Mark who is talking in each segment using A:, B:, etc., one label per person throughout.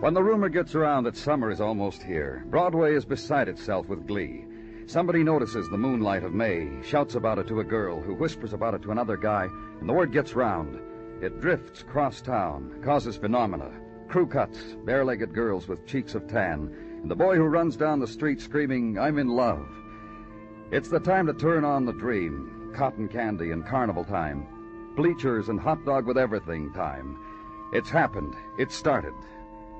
A: When the rumor gets around that summer is almost here, Broadway is beside itself with glee. Somebody notices the moonlight of May, shouts about it to a girl, who whispers about it to another guy, and the word gets round. It drifts cross town, causes phenomena. Crew cuts, bare legged girls with cheeks of tan, and the boy who runs down the street screaming, I'm in love. It's the time to turn on the dream. Cotton candy and carnival time. Bleachers and hot dog with everything time. It's happened. It's started.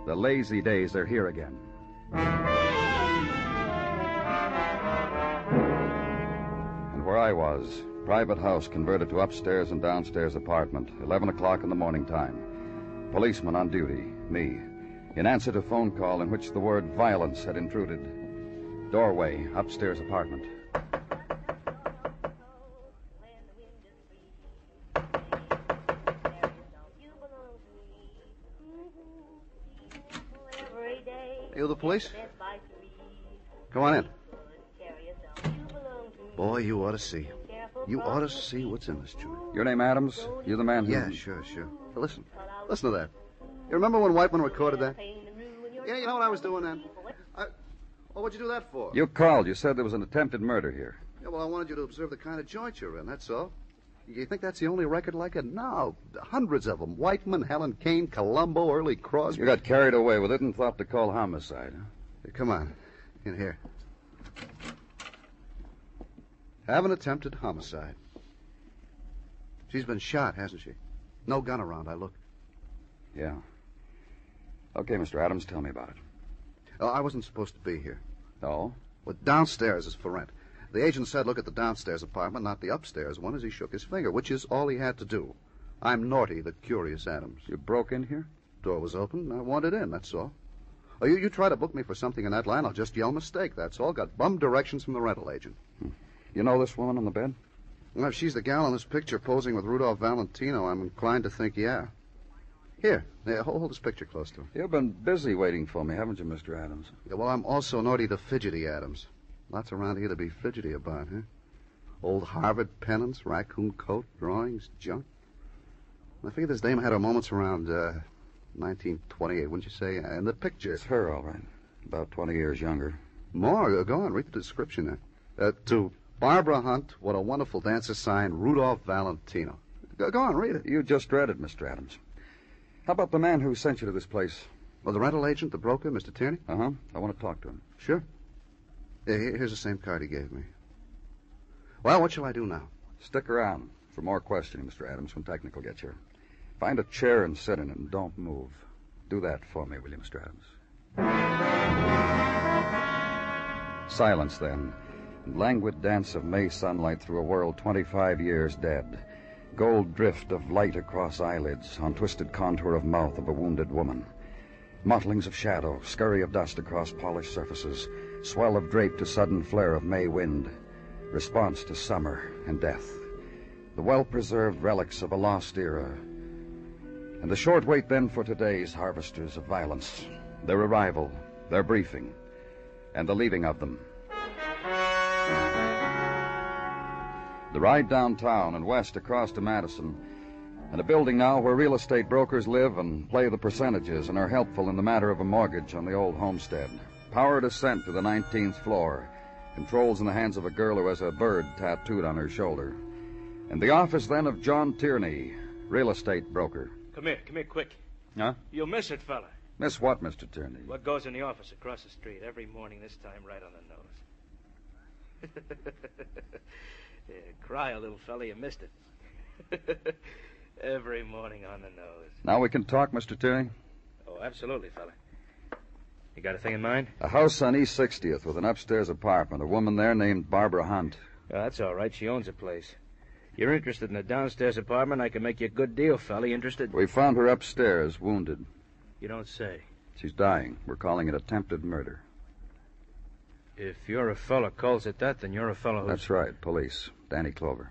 A: The lazy days are here again. And where I was, private house converted to upstairs and downstairs apartment, 11 o'clock in the morning time. Policeman on duty, me, in answer to phone call in which the word violence had intruded. Doorway, upstairs apartment.
B: You the police?
A: Come on in.
B: Boy, you ought to see. You ought to see what's in this joint.
A: Your name Adams? You're the man who.
B: Yeah, sure, sure. Now Mm-hmm. listen, listen to that. You remember when Whiteman recorded that? Yeah, you know what I was doing then. I... Well, what'd you do that for?
A: You called. You said there was an attempted murder here.
B: Yeah, well, I wanted you to observe the kind of joint you're in. That's all. You think that's the only record like it? No, hundreds of them. Whiteman, Helen Kane, Columbo, Early Crosby.
A: You got carried away with it and thought to call homicide, huh?
B: Come on, in here. Have an attempted homicide. She's been shot, hasn't she? No gun around. I looked.
A: Yeah. Okay, Mr. Adams, tell me about it.
B: Oh, I wasn't supposed to be here.
A: Oh?
B: Well, downstairs is for rent. The agent said look at the downstairs apartment, not the upstairs one, as he shook his finger, which is all he had to do. I'm Norty, the curious Adams.
A: You broke in here?
B: Door was open. I wanted in, that's all. Oh, you, you try to book me for something in that line, I'll just yell mistake, that's all. Got bum directions from the rental agent.
A: You know this woman on the bed?
B: Well, if she's the gal in this picture posing with Rudolph Valentino, I'm inclined to think yeah. Here, yeah, hold, hold this picture close to him.
A: You've been busy waiting for me, haven't you, Mr. Adams?
B: Yeah, well, I'm also Norty the fidgety Adams. Lots around here to be fidgety about, huh? Old Harvard pennants, raccoon coat, drawings, junk. I figure this dame had her moments around uh, 1928, wouldn't you say? And the picture.
A: It's her, all right. About 20 years younger.
B: More. uh, Go on, read the description there. Uh, to Barbara Hunt, what a wonderful dancer sign, Rudolph Valentino. Go, go on, read it.
A: You just read it, Mr. Adams. How about the man who sent you to this place?
B: Well, the rental agent, the broker, Mr. Tierney?
A: Uh huh. I want to talk to him.
B: Sure. Yeah, here- here's the same card he gave me. Well, what shall I do now?
A: Stick around for more questioning, Mr. Adams, when technical gets here. Find a chair and sit in it and don't move. Do that for me, will you, Mr. Adams? Silence then. and Languid dance of May sunlight through a world 25 years dead. Gold drift of light across eyelids on twisted contour of mouth of a wounded woman. Mottlings of shadow, scurry of dust across polished surfaces, swell of drape to sudden flare of May wind, response to summer and death. The well preserved relics of a lost era. And the short wait then for today's harvesters of violence, their arrival, their briefing, and the leaving of them. The ride downtown and west across to Madison, and a building now where real estate brokers live and play the percentages and are helpful in the matter of a mortgage on the old homestead. Powered ascent to the 19th floor, controls in the hands of a girl who has a bird tattooed on her shoulder. And the office then of John Tierney, real estate broker.
C: Come here, come here, quick.
A: Huh?
C: You'll miss it, fella.
A: Miss what, Mr. Tierney?
C: What goes in the office across the street every morning, this time right on the nose. yeah, cry a little fella, you missed it. every morning on the nose.
A: Now we can talk, Mr. Tierney.
C: Oh, absolutely, fella. You got a thing in mind?
A: A house on East 60th with an upstairs apartment. A woman there named Barbara Hunt.
C: Oh, that's all right. She owns the place. You're interested in the downstairs apartment? I can make you a good deal, fella. You interested?
A: We found her upstairs, wounded.
C: You don't say.
A: She's dying. We're calling it attempted murder.
C: If your fella calls it that, then you're a fellow who's.
A: That's right, police. Danny Clover.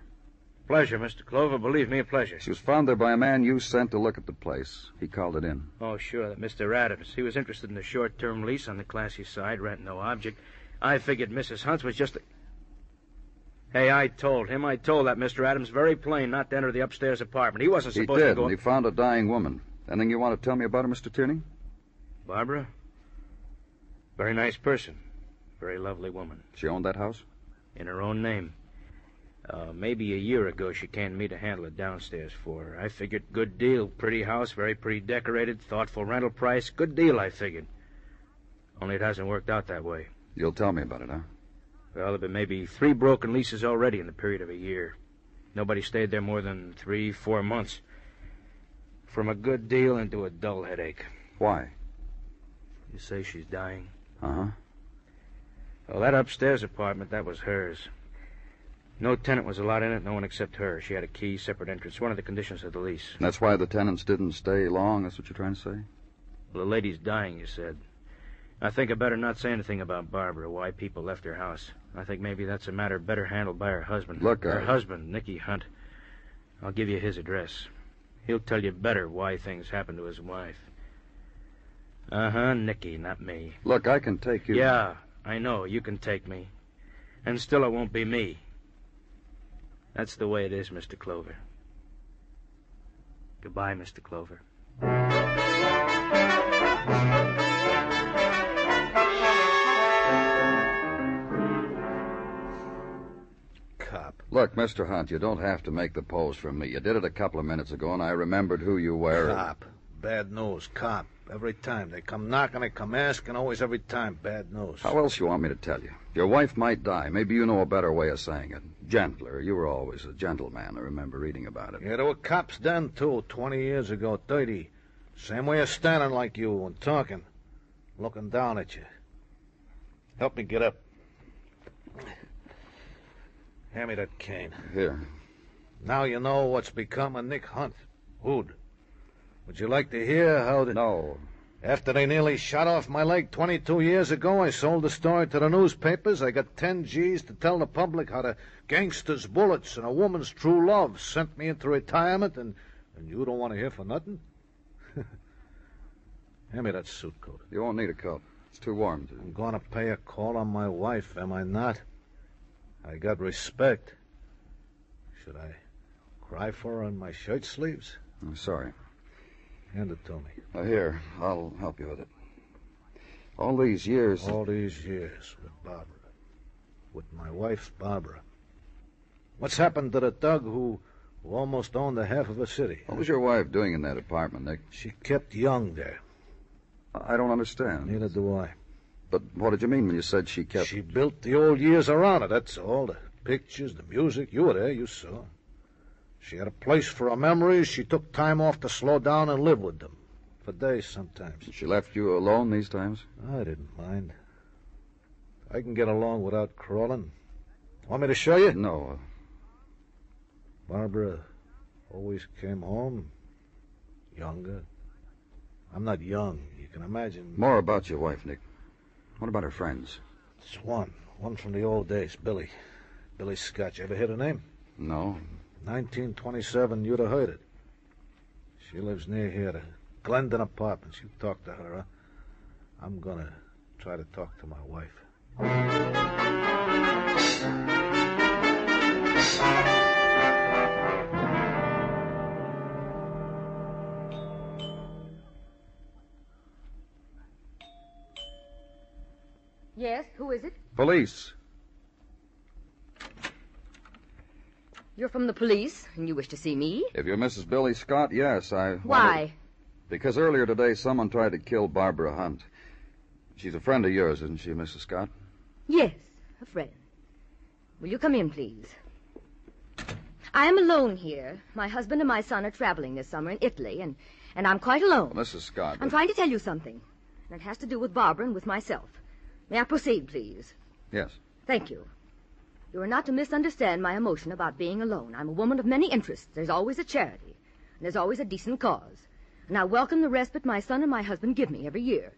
C: Pleasure, Mr. Clover. Believe me, a pleasure.
A: She was found there by a man you sent to look at the place. He called it in.
C: Oh, sure, that Mr. Adams. He was interested in a short term lease on the classy side, rent no object. I figured Mrs. Hunt's was just a. Hey, I told him, I told that Mr. Adams very plain not to enter the upstairs apartment. He wasn't
A: He
C: supposed to
A: did,
C: go.
A: and he found a dying woman. Anything you want to tell me about her, Mr. Tierney?
C: Barbara? Very nice person. Very lovely woman.
A: She owned that house?
C: In her own name. Uh, maybe a year ago she came to me to handle it downstairs for her. I figured good deal. Pretty house, very pretty decorated, thoughtful rental price. Good deal, I figured. Only it hasn't worked out that way.
A: You'll tell me about it, huh?
C: Well, there've been maybe three broken leases already in the period of a year. Nobody stayed there more than three, four months. From a good deal into a dull headache.
A: Why?
C: You say she's dying?
A: Uh huh.
C: Well, that upstairs apartment, that was hers. No tenant was allowed in it, no one except her. She had a key, separate entrance, one of the conditions of the lease.
A: That's why the tenants didn't stay long. That's what you're trying to say?
C: Well, the lady's dying, you said. I think I better not say anything about Barbara, why people left her house. I think maybe that's a matter better handled by her husband.
A: Look,
C: her
A: I-
C: husband, Nicky Hunt. I'll give you his address. He'll tell you better why things happened to his wife. Uh huh, Nicky, not me.
A: Look, I can take you.
C: Yeah, I know. You can take me. And still it won't be me. That's the way it is, Mr. Clover. Goodbye, Mr. Clover. Cop.
A: Look, Mr. Hunt, you don't have to make the pose for me. You did it a couple of minutes ago, and I remembered who you were.
D: Cop. Bad news, cop. Every time. They come knocking, they come asking, always every time. Bad news.
A: How else you want me to tell you? Your wife might die. Maybe you know a better way of saying it. Gentler. You were always a gentleman. I remember reading about it.
D: Yeah, there were cops then, too, 20 years ago, 30. Same way of standing like you and talking, looking down at you. Help me get up. Hand me that cane.
A: Here.
D: Now you know what's become of Nick Hunt. Hood. Would you like to hear how the...
A: No.
D: After they nearly shot off my leg 22 years ago, I sold the story to the newspapers. I got 10 G's to tell the public how the gangster's bullets and a woman's true love sent me into retirement, and, and you don't want to hear for nothing? Hand me that suit coat.
A: You won't need a coat. It's too warm. To...
D: I'm going to pay a call on my wife, am I not? I got respect. Should I cry for her in my shirt sleeves?
A: I'm sorry.
D: Hand it to me.
A: Uh, here, I'll help you with it. All these years.
D: All these years with Barbara. With my wife, Barbara. What's happened to the thug who, who almost owned the half of a city?
A: What was your wife doing in that apartment, Nick?
D: She kept young there.
A: I don't understand.
D: Neither do I.
A: But what did you mean when you said she kept.
D: She built the old years around her, that's all. The pictures, the music. You were there, you saw. She had a place for her memories. She took time off to slow down and live with them. For days sometimes.
A: She left you alone these times?
D: I didn't mind. I can get along without crawling. Want me to show you?
A: No.
D: Barbara always came home younger. I'm not young. You can imagine.
A: More about your wife, Nick. What about her friends?
D: It's one. One from the old days, Billy. Billy Scott. You ever hear the name?
A: No.
D: 1927. You'd have heard it. She lives near here, the Glendon Apartments. You talk to her. Huh? I'm gonna try to talk to my wife.
E: Yes, who is it?
A: Police.
E: You're from the police, and you wish to see me?
A: If you're Mrs. Billy Scott, yes, I.
E: Why?
A: Because earlier today, someone tried to kill Barbara Hunt. She's a friend of yours, isn't she, Mrs. Scott?
E: Yes, a friend. Will you come in, please? I am alone here. My husband and my son are traveling this summer in Italy, and, and I'm quite alone.
A: Mrs. Scott.
E: I'm trying to tell you something, and it has to do with Barbara and with myself. May I proceed, please?
A: Yes.
E: Thank you. You are not to misunderstand my emotion about being alone. I'm a woman of many interests. There's always a charity, and there's always a decent cause. And I welcome the respite my son and my husband give me every year.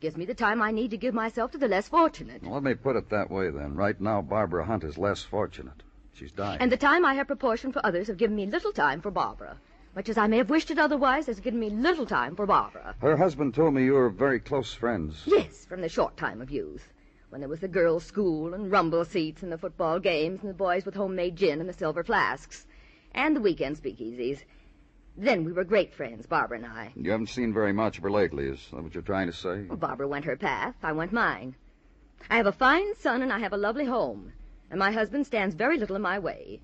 E: Gives me the time I need to give myself to the less fortunate.
A: Well, let me put it that way then. Right now, Barbara Hunt is less fortunate. She's dying.
E: And the time I have proportioned for others have given me little time for Barbara. Much as I may have wished it otherwise, has given me little time for Barbara.
A: Her husband told me you were very close friends.
E: Yes, from the short time of youth. When there was the girls' school and rumble seats and the football games and the boys with homemade gin and the silver flasks. And the weekend speakeasies. Then we were great friends, Barbara and I.
A: You haven't seen very much of her lately, is that what you're trying to say?
E: Barbara went her path. I went mine. I have a fine son and I have a lovely home. And my husband stands very little in my way.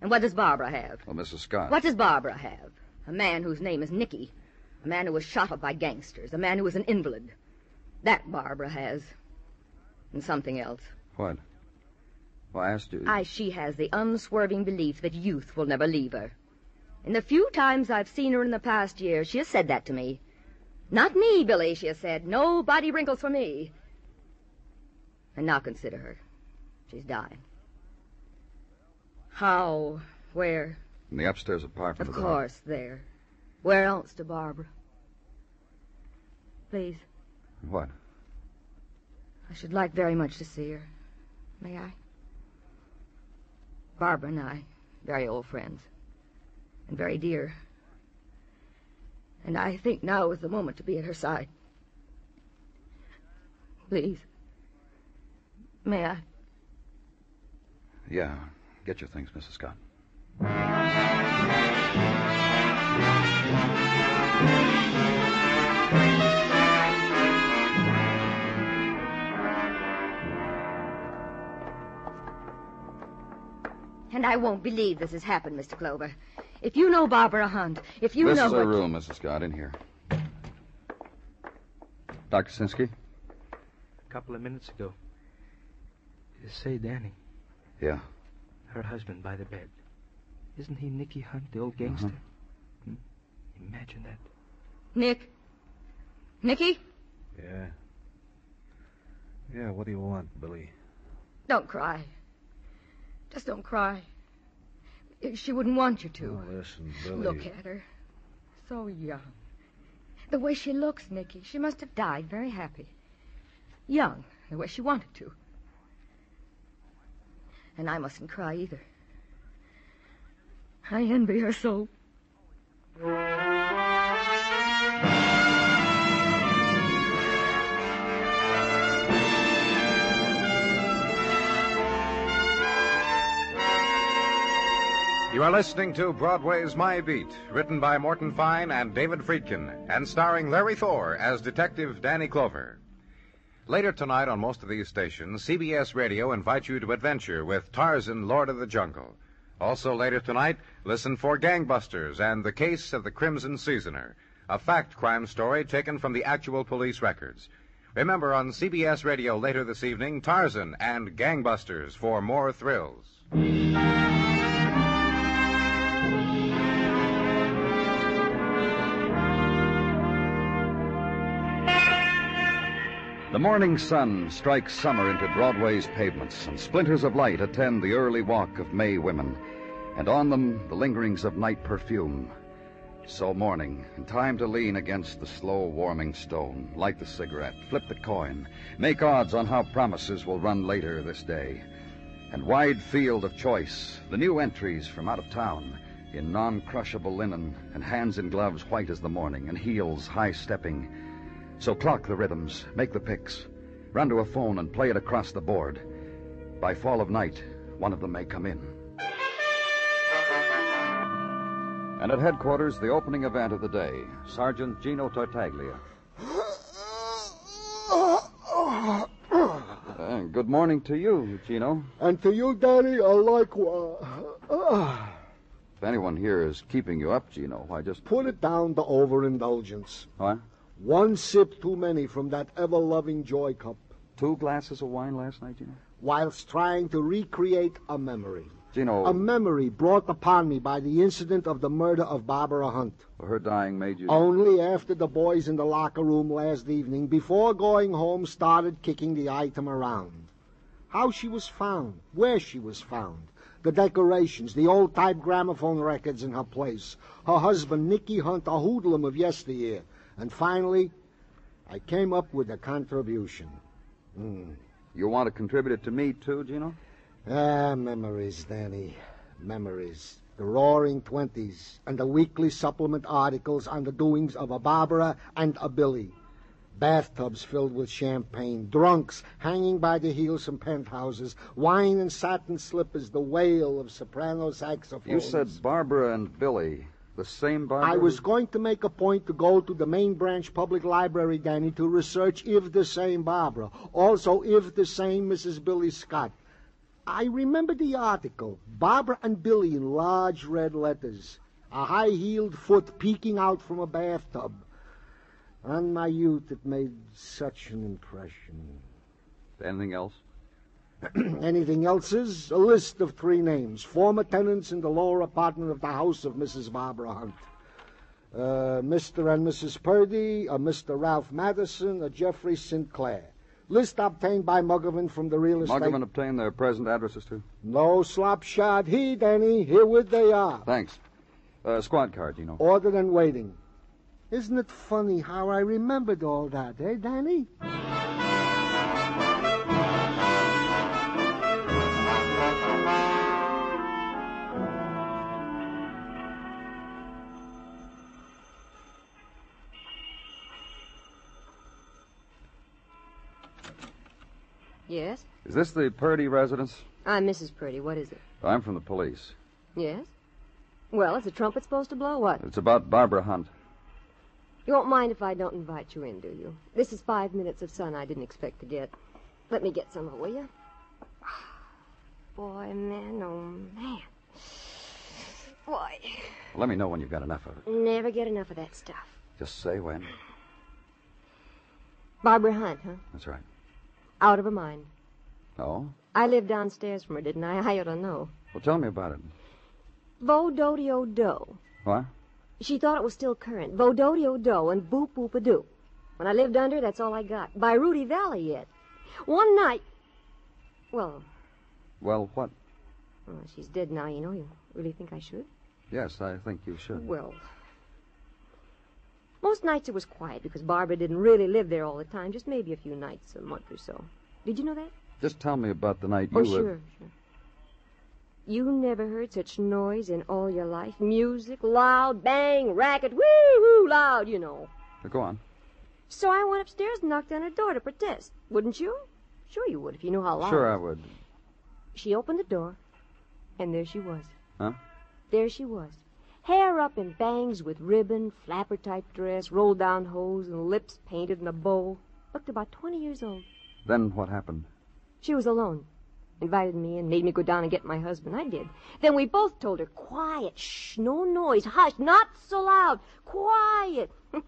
E: And what does Barbara have?
A: Well, Mrs. Scott.
E: What does Barbara have? A man whose name is Nicky. A man who was shot up by gangsters. A man who was an invalid. That Barbara has. And something else.
A: What? Well, I asked you.
E: I, she has the unswerving belief that youth will never leave her. In the few times I've seen her in the past year, she has said that to me. Not me, Billy, she has said. No body wrinkles for me. And now consider her. She's dying. How? Where?
A: In the upstairs apartment.
E: Of
A: the house.
E: course, there. Where else to Barbara? Please,
A: What?
E: I should like very much to see her. May I? Barbara and I, very old friends, and very dear. And I think now is the moment to be at her side. Please, may I?
A: Yeah. Get your things, Mrs. Scott.
E: And I won't believe this has happened, Mr. Clover. If you know Barbara Hunt, if you
A: this
E: know
A: is
E: what...
A: her room, Mrs. Scott, in here. Dr. Sinsky?
C: A couple of minutes ago. Say, Danny,
A: Yeah.
C: her husband by the bed. Isn't he Nicky Hunt, the old gangster?
D: Uh-huh.
C: Hmm? Imagine that.
E: Nick. Nicky,
D: Yeah. Yeah, what do you want, Billy?
E: don't cry. Just don't cry. She wouldn't want you to.
D: Oh, listen, Billy.
E: Look at her. So young. The way she looks, Nicky, she must have died very happy. Young, the way she wanted to. And I mustn't cry either. I envy her so.
F: You are listening to Broadway's My Beat, written by Morton Fine and David Friedkin, and starring Larry Thor as Detective Danny Clover. Later tonight on most of these stations, CBS Radio invites you to adventure with Tarzan, Lord of the Jungle. Also later tonight, listen for Gangbusters and The Case of the Crimson Seasoner, a fact crime story taken from the actual police records. Remember on CBS Radio later this evening, Tarzan and Gangbusters for more thrills.
A: The morning sun strikes summer into Broadway's pavements, and splinters of light attend the early walk of May women, and on them the lingerings of night perfume. So morning, and time to lean against the slow warming stone, light the cigarette, flip the coin, make odds on how promises will run later this day. And wide field of choice, the new entries from out of town, in non crushable linen, and hands in gloves white as the morning, and heels high stepping. So clock the rhythms, make the picks, run to a phone and play it across the board. By fall of night, one of them may come in. And at headquarters, the opening event of the day Sergeant Gino Tartaglia. Uh, good morning to you, Gino.
G: And to you, Daddy, I like uh,
A: If anyone here is keeping you up, Gino, why just.
G: put it down the overindulgence.
A: What?
G: One sip too many from that ever-loving joy cup,
A: Two glasses of wine last night, Gino?
G: whilst trying to recreate a memory.
A: Gino,
G: A memory brought upon me by the incident of the murder of Barbara Hunt.
A: her dying made you.
G: Only after the boys in the locker room last evening, before going home, started kicking the item around. How she was found, where she was found, the decorations, the old type gramophone records in her place, her husband, Nicky Hunt, a hoodlum of yesteryear, and finally, I came up with a contribution.
A: You want to contribute it to me, too, Gino?
G: Ah, memories, Danny. Memories. The roaring twenties and the weekly supplement articles on the doings of a Barbara and a Billy. Bathtubs filled with champagne, drunks hanging by the heels from penthouses, wine and satin slippers, the wail of soprano saxophones.
A: You said Barbara and Billy. The same Barbara?
G: I was going to make a point to go to the main branch public library, Danny, to research if the same Barbara, also if the same Mrs. Billy Scott. I remember the article Barbara and Billy in large red letters, a high heeled foot peeking out from a bathtub. On my youth, it made such an impression.
A: Anything else?
G: Anything else is a list of three names, former tenants in the lower apartment of the house of Mrs. Barbara Hunt. Uh, Mr. and Mrs. Purdy, a Mr. Ralph Madison, a Jeffrey Sinclair. List obtained by Muggerman from the real estate.
A: Muggerman obtained their present addresses, too?
G: No slop shot here, Danny. Hereward they are.
A: Thanks. Uh, squad car, Gino.
G: Ordered and waiting. Isn't it funny how I remembered all that, eh, Danny?
H: Yes?
A: Is this the Purdy residence?
H: I'm Mrs. Purdy. What is it?
A: I'm from the police.
H: Yes? Well, is the trumpet supposed to blow? What?
A: It's about Barbara Hunt.
H: You won't mind if I don't invite you in, do you? This is five minutes of sun I didn't expect to get. Let me get some of it, will you? Boy, man, oh man. Boy,
A: Let me know when you've got enough of it.
H: never get enough of that stuff.
A: Just say when.
H: Barbara Hunt, huh?
A: That's right.
H: Out of her mind.
A: Oh?
H: I lived downstairs from her, didn't I? I ought to know.
A: Well, tell me about it.
H: Vododio Do.
A: What?
H: She thought it was still current. Vododio Do and Boop Boop A Doo. When I lived under, that's all I got. By Rudy Valley yet. One night. Well,
A: Well, what?
H: well, oh, she's dead now, you know. You really think I should?
A: Yes, I think you should.
H: Well, most nights it was quiet because Barbara didn't really live there all the time, just maybe a few nights a month or so. Did you know that?
A: Just tell me about the night you
H: oh,
A: were.
H: sure, sure. You never heard such noise in all your life. Music, loud, bang, racket, woo woo, loud, you know.
A: Go on.
H: So I went upstairs and knocked on her door to protest. Wouldn't you? Sure you would if you knew how loud.
A: Sure, I would.
H: She opened the door, and there she was.
A: Huh?
H: There she was. Hair up in bangs with ribbon, flapper type dress, roll down hose, and lips painted in a bow. Looked about 20 years old.
A: Then what happened?
H: She was alone. Invited me in, made me go down and get my husband. I did. Then we both told her, quiet, shh, no noise, hush, not so loud, quiet.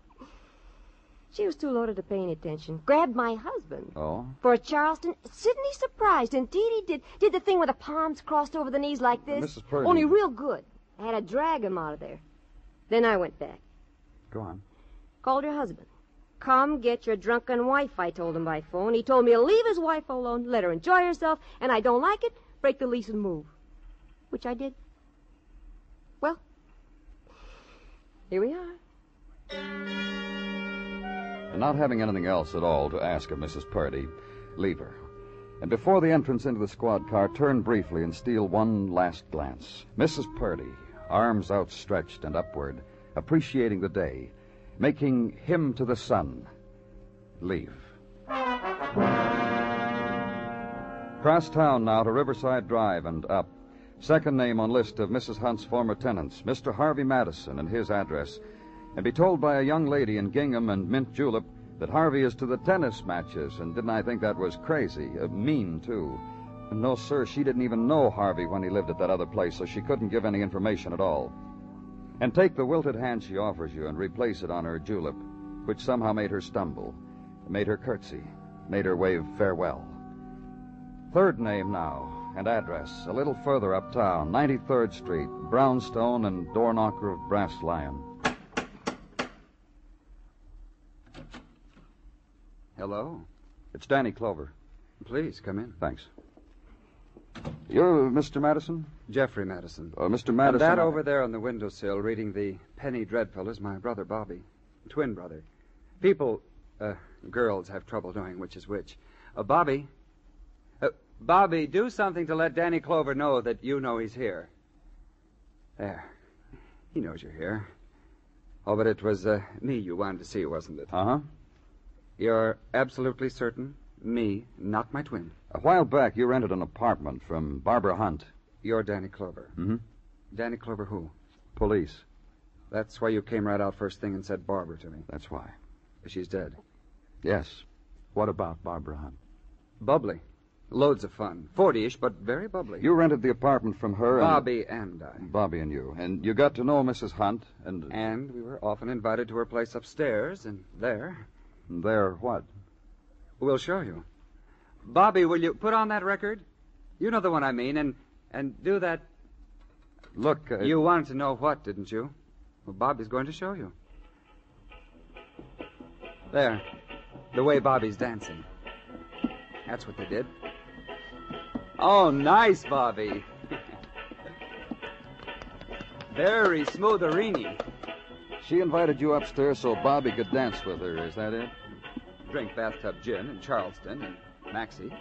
H: she was too loaded to pay any attention. Grabbed my husband
A: Oh?
H: for a Charleston. Sidney surprised. Indeed, he did. Did the thing where the palms crossed over the knees like this.
A: Mrs. Purdy.
H: Only real good. I had to drag him out of there. Then I went back.
A: Go on.
H: Called her husband. Come get your drunken wife, I told him by phone. He told me to leave his wife alone, let her enjoy herself, and I don't like it, break the lease and move. Which I did. Well, here we are.
A: And not having anything else at all to ask of Mrs. Purdy, leave her. And before the entrance into the squad car, turn briefly and steal one last glance. Mrs. Purdy, arms outstretched and upward, appreciating the day, making hymn to the sun. Leave. Cross town now to Riverside Drive and up. Second name on list of Mrs. Hunt's former tenants, Mr. Harvey Madison and his address. And be told by a young lady in gingham and mint julep that Harvey is to the tennis matches, and didn't I think that was crazy? Uh, mean, too. No, sir, she didn't even know Harvey when he lived at that other place, so she couldn't give any information at all. And take the wilted hand she offers you and replace it on her julep, which somehow made her stumble, made her curtsy, made her wave farewell. Third name now, and address, a little further uptown, 93rd Street, Brownstone and door knocker of Brass Lion.
I: Hello.
A: It's Danny Clover.
I: Please come in.
A: Thanks. You're Mr. Madison?
I: Jeffrey Madison.
A: Uh, Mr.
I: And
A: Madison.
I: that over there on the windowsill reading the Penny Dreadful is my brother Bobby. Twin brother. People Uh, girls have trouble knowing which is which. Uh, Bobby. Uh, Bobby, do something to let Danny Clover know that you know he's here. There. He knows you're here. Oh, but it was uh, me you wanted to see, wasn't it?
A: Uh huh.
I: You're absolutely certain? Me, not my twin.
A: A while back, you rented an apartment from Barbara Hunt,
I: You're Danny Clover.
A: Mhm.
I: Danny Clover who?
A: police.
I: That's why you came right out first thing and said Barbara to me.
A: That's why.
I: She's dead.
A: Yes. What about Barbara Hunt?
I: Bubbly. Loads of fun. Forty-ish, but very bubbly.
A: You uh, rented the apartment from her. and-
I: Bobby and I.
A: Bobby and you. And you got to know Mrs. Hunt, and,
I: And we were often invited to her place upstairs, and there.
A: and there what?
I: We'll show you. Bobby, will you put on that record? You know the one I mean, and and do that.
A: Look, uh,
I: You wanted to know what, didn't you? Well, Bobby's going to show you. There. The way Bobby's dancing. That's what they did. Oh, nice, Bobby. Very smootherini.
A: She invited you upstairs so Bobby could dance with her. Is that it?
I: drink bathtub gin in Charleston and Maxie.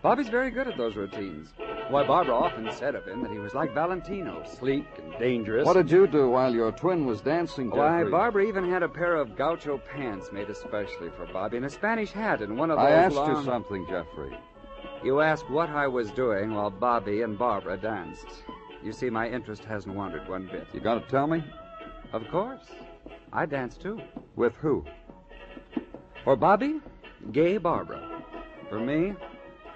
I: Bobby's very good at those routines. Why, Barbara often said of him that he was like Valentino, sleek and dangerous.
A: What did you do while your twin was dancing?
I: Why,
A: Jeffrey?
I: Barbara even had a pair of gaucho pants made especially for Bobby and a Spanish hat and one of those
A: I asked
I: long...
A: you something, Jeffrey.
I: You asked what I was doing while Bobby and Barbara danced. You see, my interest hasn't wandered one bit.
A: You got to tell me?
I: Of course. I danced too.
A: With who?
I: For Bobby, gay Barbara. For me,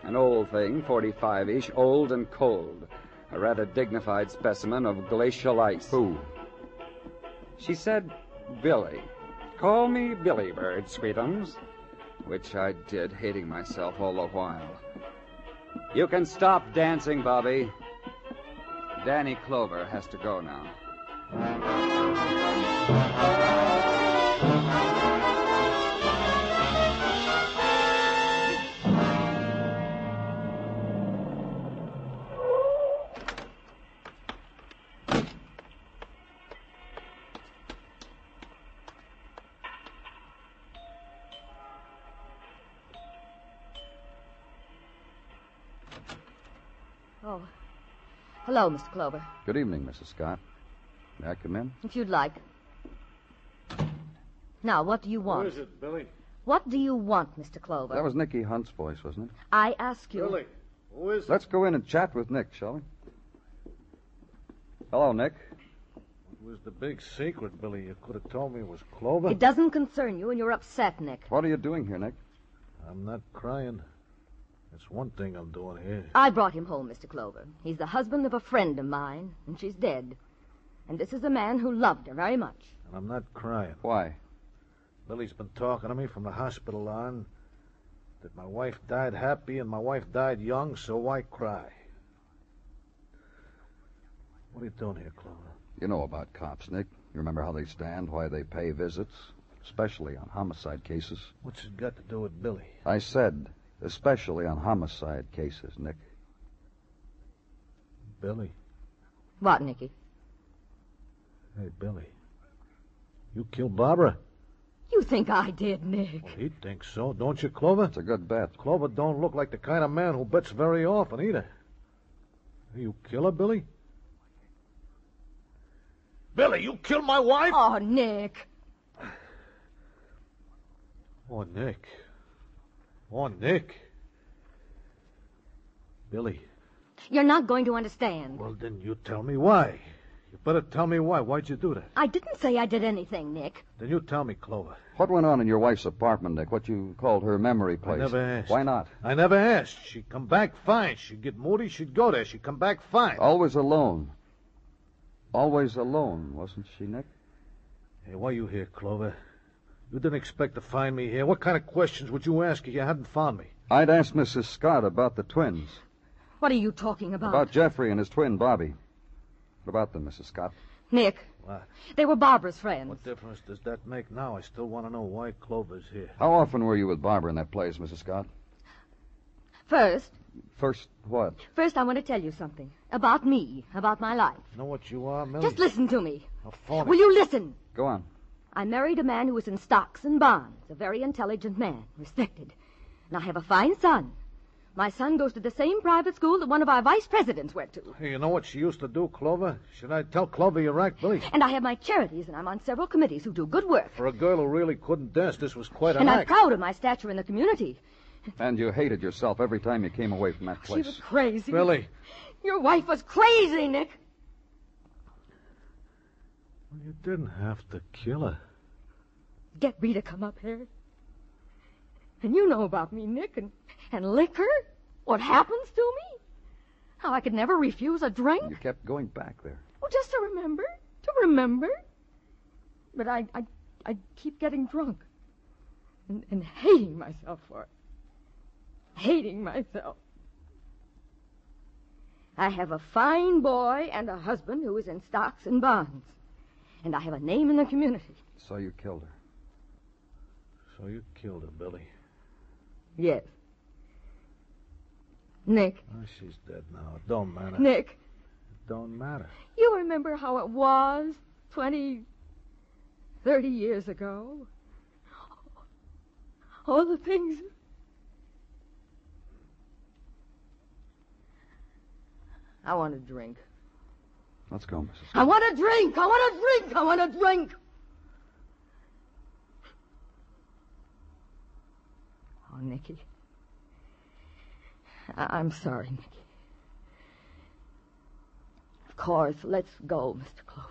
I: an old thing, 45 ish, old and cold. A rather dignified specimen of glacial ice.
A: Who?
I: She said, Billy. Call me Billy Bird, sweetums. Which I did, hating myself all the while. You can stop dancing, Bobby. Danny Clover has to go now.
E: Oh. Hello, Mr. Clover,
A: Good evening, Mrs. Scott. May I come in?
E: if you'd like. Now, what do you want?
D: it, Billy?
E: What do you want, Mr. Clover?
A: That was Nicky Hunt's voice, wasn't it?
E: I ask you.
D: Who is
A: Let's go in and chat with Nick, shall we? Hello, Nick.
D: It was the big secret, Billy. You could have told me it was Clover.
E: It doesn't concern you, and you're upset, Nick.
A: What are you doing here, Nick?
D: I'm not crying. It's one thing I'm doing here.
E: I brought him home, Mr. Clover. He's the husband of a friend of mine, and she's dead. And this is a man who loved her very much.
D: And I'm not crying.
A: Why?
D: Billy's been talking to me from the hospital on that my wife died happy and my wife died young, so why cry? What are you doing here, Clover?
A: You know about cops, Nick. You remember how they stand, why they pay visits, especially on homicide cases.
D: What's it got to do with Billy?
A: I said, especially on homicide cases, Nick.
D: Billy.
E: What, Nicky?
D: Hey, Billy. You killed Barbara? Oh,
E: You think I did, Nick?
D: Well, he thinks so, don't you, Clover?
A: It's a good bet.
D: Clover don't look like the kind of man who bets very often either. Are you killer, Billy? Billy, you killed my wife?
E: Oh, Nick.
D: Oh, Nick. Oh, Nick. Billy.
E: You're not going to understand.
D: Well, then you tell me why. You better tell me why. Why'd you do that?
E: I didn't say I did anything, Nick.
D: Then you tell me, Clover.
A: What went on in your wife's apartment, Nick? What you called her memory place?
D: never asked.
A: Why not?
D: I never asked. She'd come back fine. She'd get moody. She'd go there. She'd come back fine.
A: Always alone. Always alone, wasn't she, Nick?
D: Hey, why you here, Clover? You didn't expect to find me here. What kind of questions would you ask if you hadn't found me?
A: I'd asked Mrs. Scott about the twins,
E: What are you talking about?
A: about Jeffrey and his twin Bobby. What about them, Mrs. Scott?
E: Nick.
D: What?
E: They were Barbara's friends.
D: What difference does that make now? I still want to know why Clover's here.
A: How often were you with Barbara in that place, Mrs. Scott?
E: First,
A: First, what?
E: first I want to tell you something about me, about my life.
D: You know what you are, Millie?
E: Just listen to me.
D: A phony.
E: Will you listen?
A: Go on.
E: I married a man who was in stocks and bonds, a very intelligent man, respected. And I have a fine son. My son goes to the same private school that one of our vice presidents went to.
D: Hey, you know what she used to do, Clover? Should I tell Clover you're right, Billy?
E: And I have my charities, and I'm on several committees who do good work.
D: For a girl who really couldn't dance, this was quite an
E: And I'm
D: act.
E: proud of my stature in the community.
A: And you hated yourself every time you came away from that
E: She
A: place.
E: was crazy.
D: Billy,
E: Your wife was crazy, Nick.
D: you didn't have to kill her.
E: Get Rita come up here. And you know about me, Nick, and, and liquor. What happens to me? How I could never refuse a drink.
A: You kept going back there.
E: Oh, just to remember, to remember. But I, I, I keep getting drunk, and, and hating myself for it. Hating myself. I have a fine boy and a husband who is in stocks and bonds, and I have a name in the community.
A: So you killed her.
D: So you killed her, Billy.
E: Yes. Nick,
D: Oh, she's dead now. It don't matter.
E: Nick,
D: It don't matter.
E: you remember how it was twenty, thirty years ago? All the things. I want a drink.
A: Let's go, Mrs.
E: I want a drink! I want a drink! I want a drink! Oh, Nicky. I- I'm sorry, Nicky. Of course, let's go, Mr. Clover.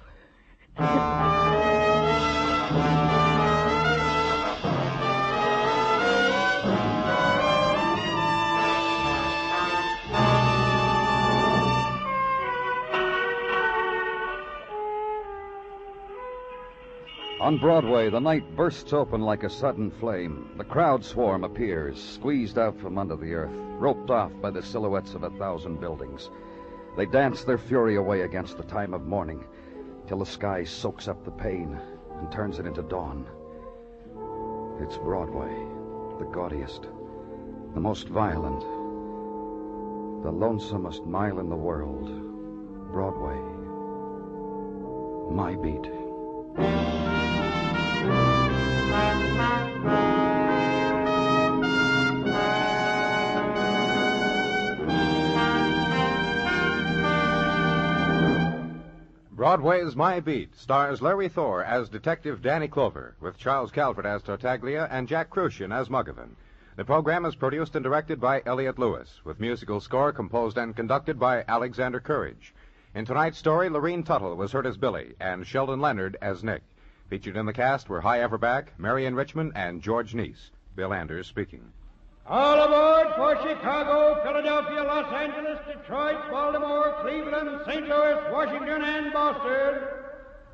A: On Broadway, the night bursts open like a sudden flame. The crowd swarm appears, squeezed out from under the earth, roped off by the silhouettes of a thousand buildings. They dance their fury away against the time of morning, till the sky soaks up the pain and turns it into dawn. It's Broadway, the gaudiest, the most violent, the lonesomest mile in the world. Broadway. My beat.
F: Broadway's My Beat stars Larry Thor as Detective Danny Clover, with Charles Calvert as Tartaglia and Jack Crucian as Mugovan. The program is produced and directed by Elliot Lewis, with musical score composed and conducted by Alexander Courage. In tonight's story, Lorene Tuttle was heard as Billy and Sheldon Leonard as Nick. Featured in the cast were High Everback, Marion Richmond, and George Neese. Bill Anders speaking.
J: All aboard for Chicago, Philadelphia, Los Angeles, Detroit, Baltimore, Cleveland, St. Louis, Washington, and Boston.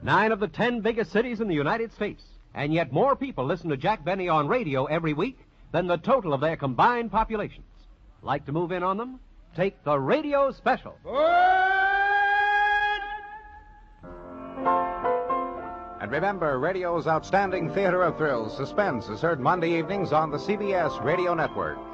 K: Nine of the ten biggest cities in the United States. And yet more people listen to Jack Benny on radio every week than the total of their combined populations. Like to move in on them? Take the radio special.
J: Board!
F: And remember, radio's outstanding theater of thrills, Suspense, is heard Monday evenings on the CBS Radio Network.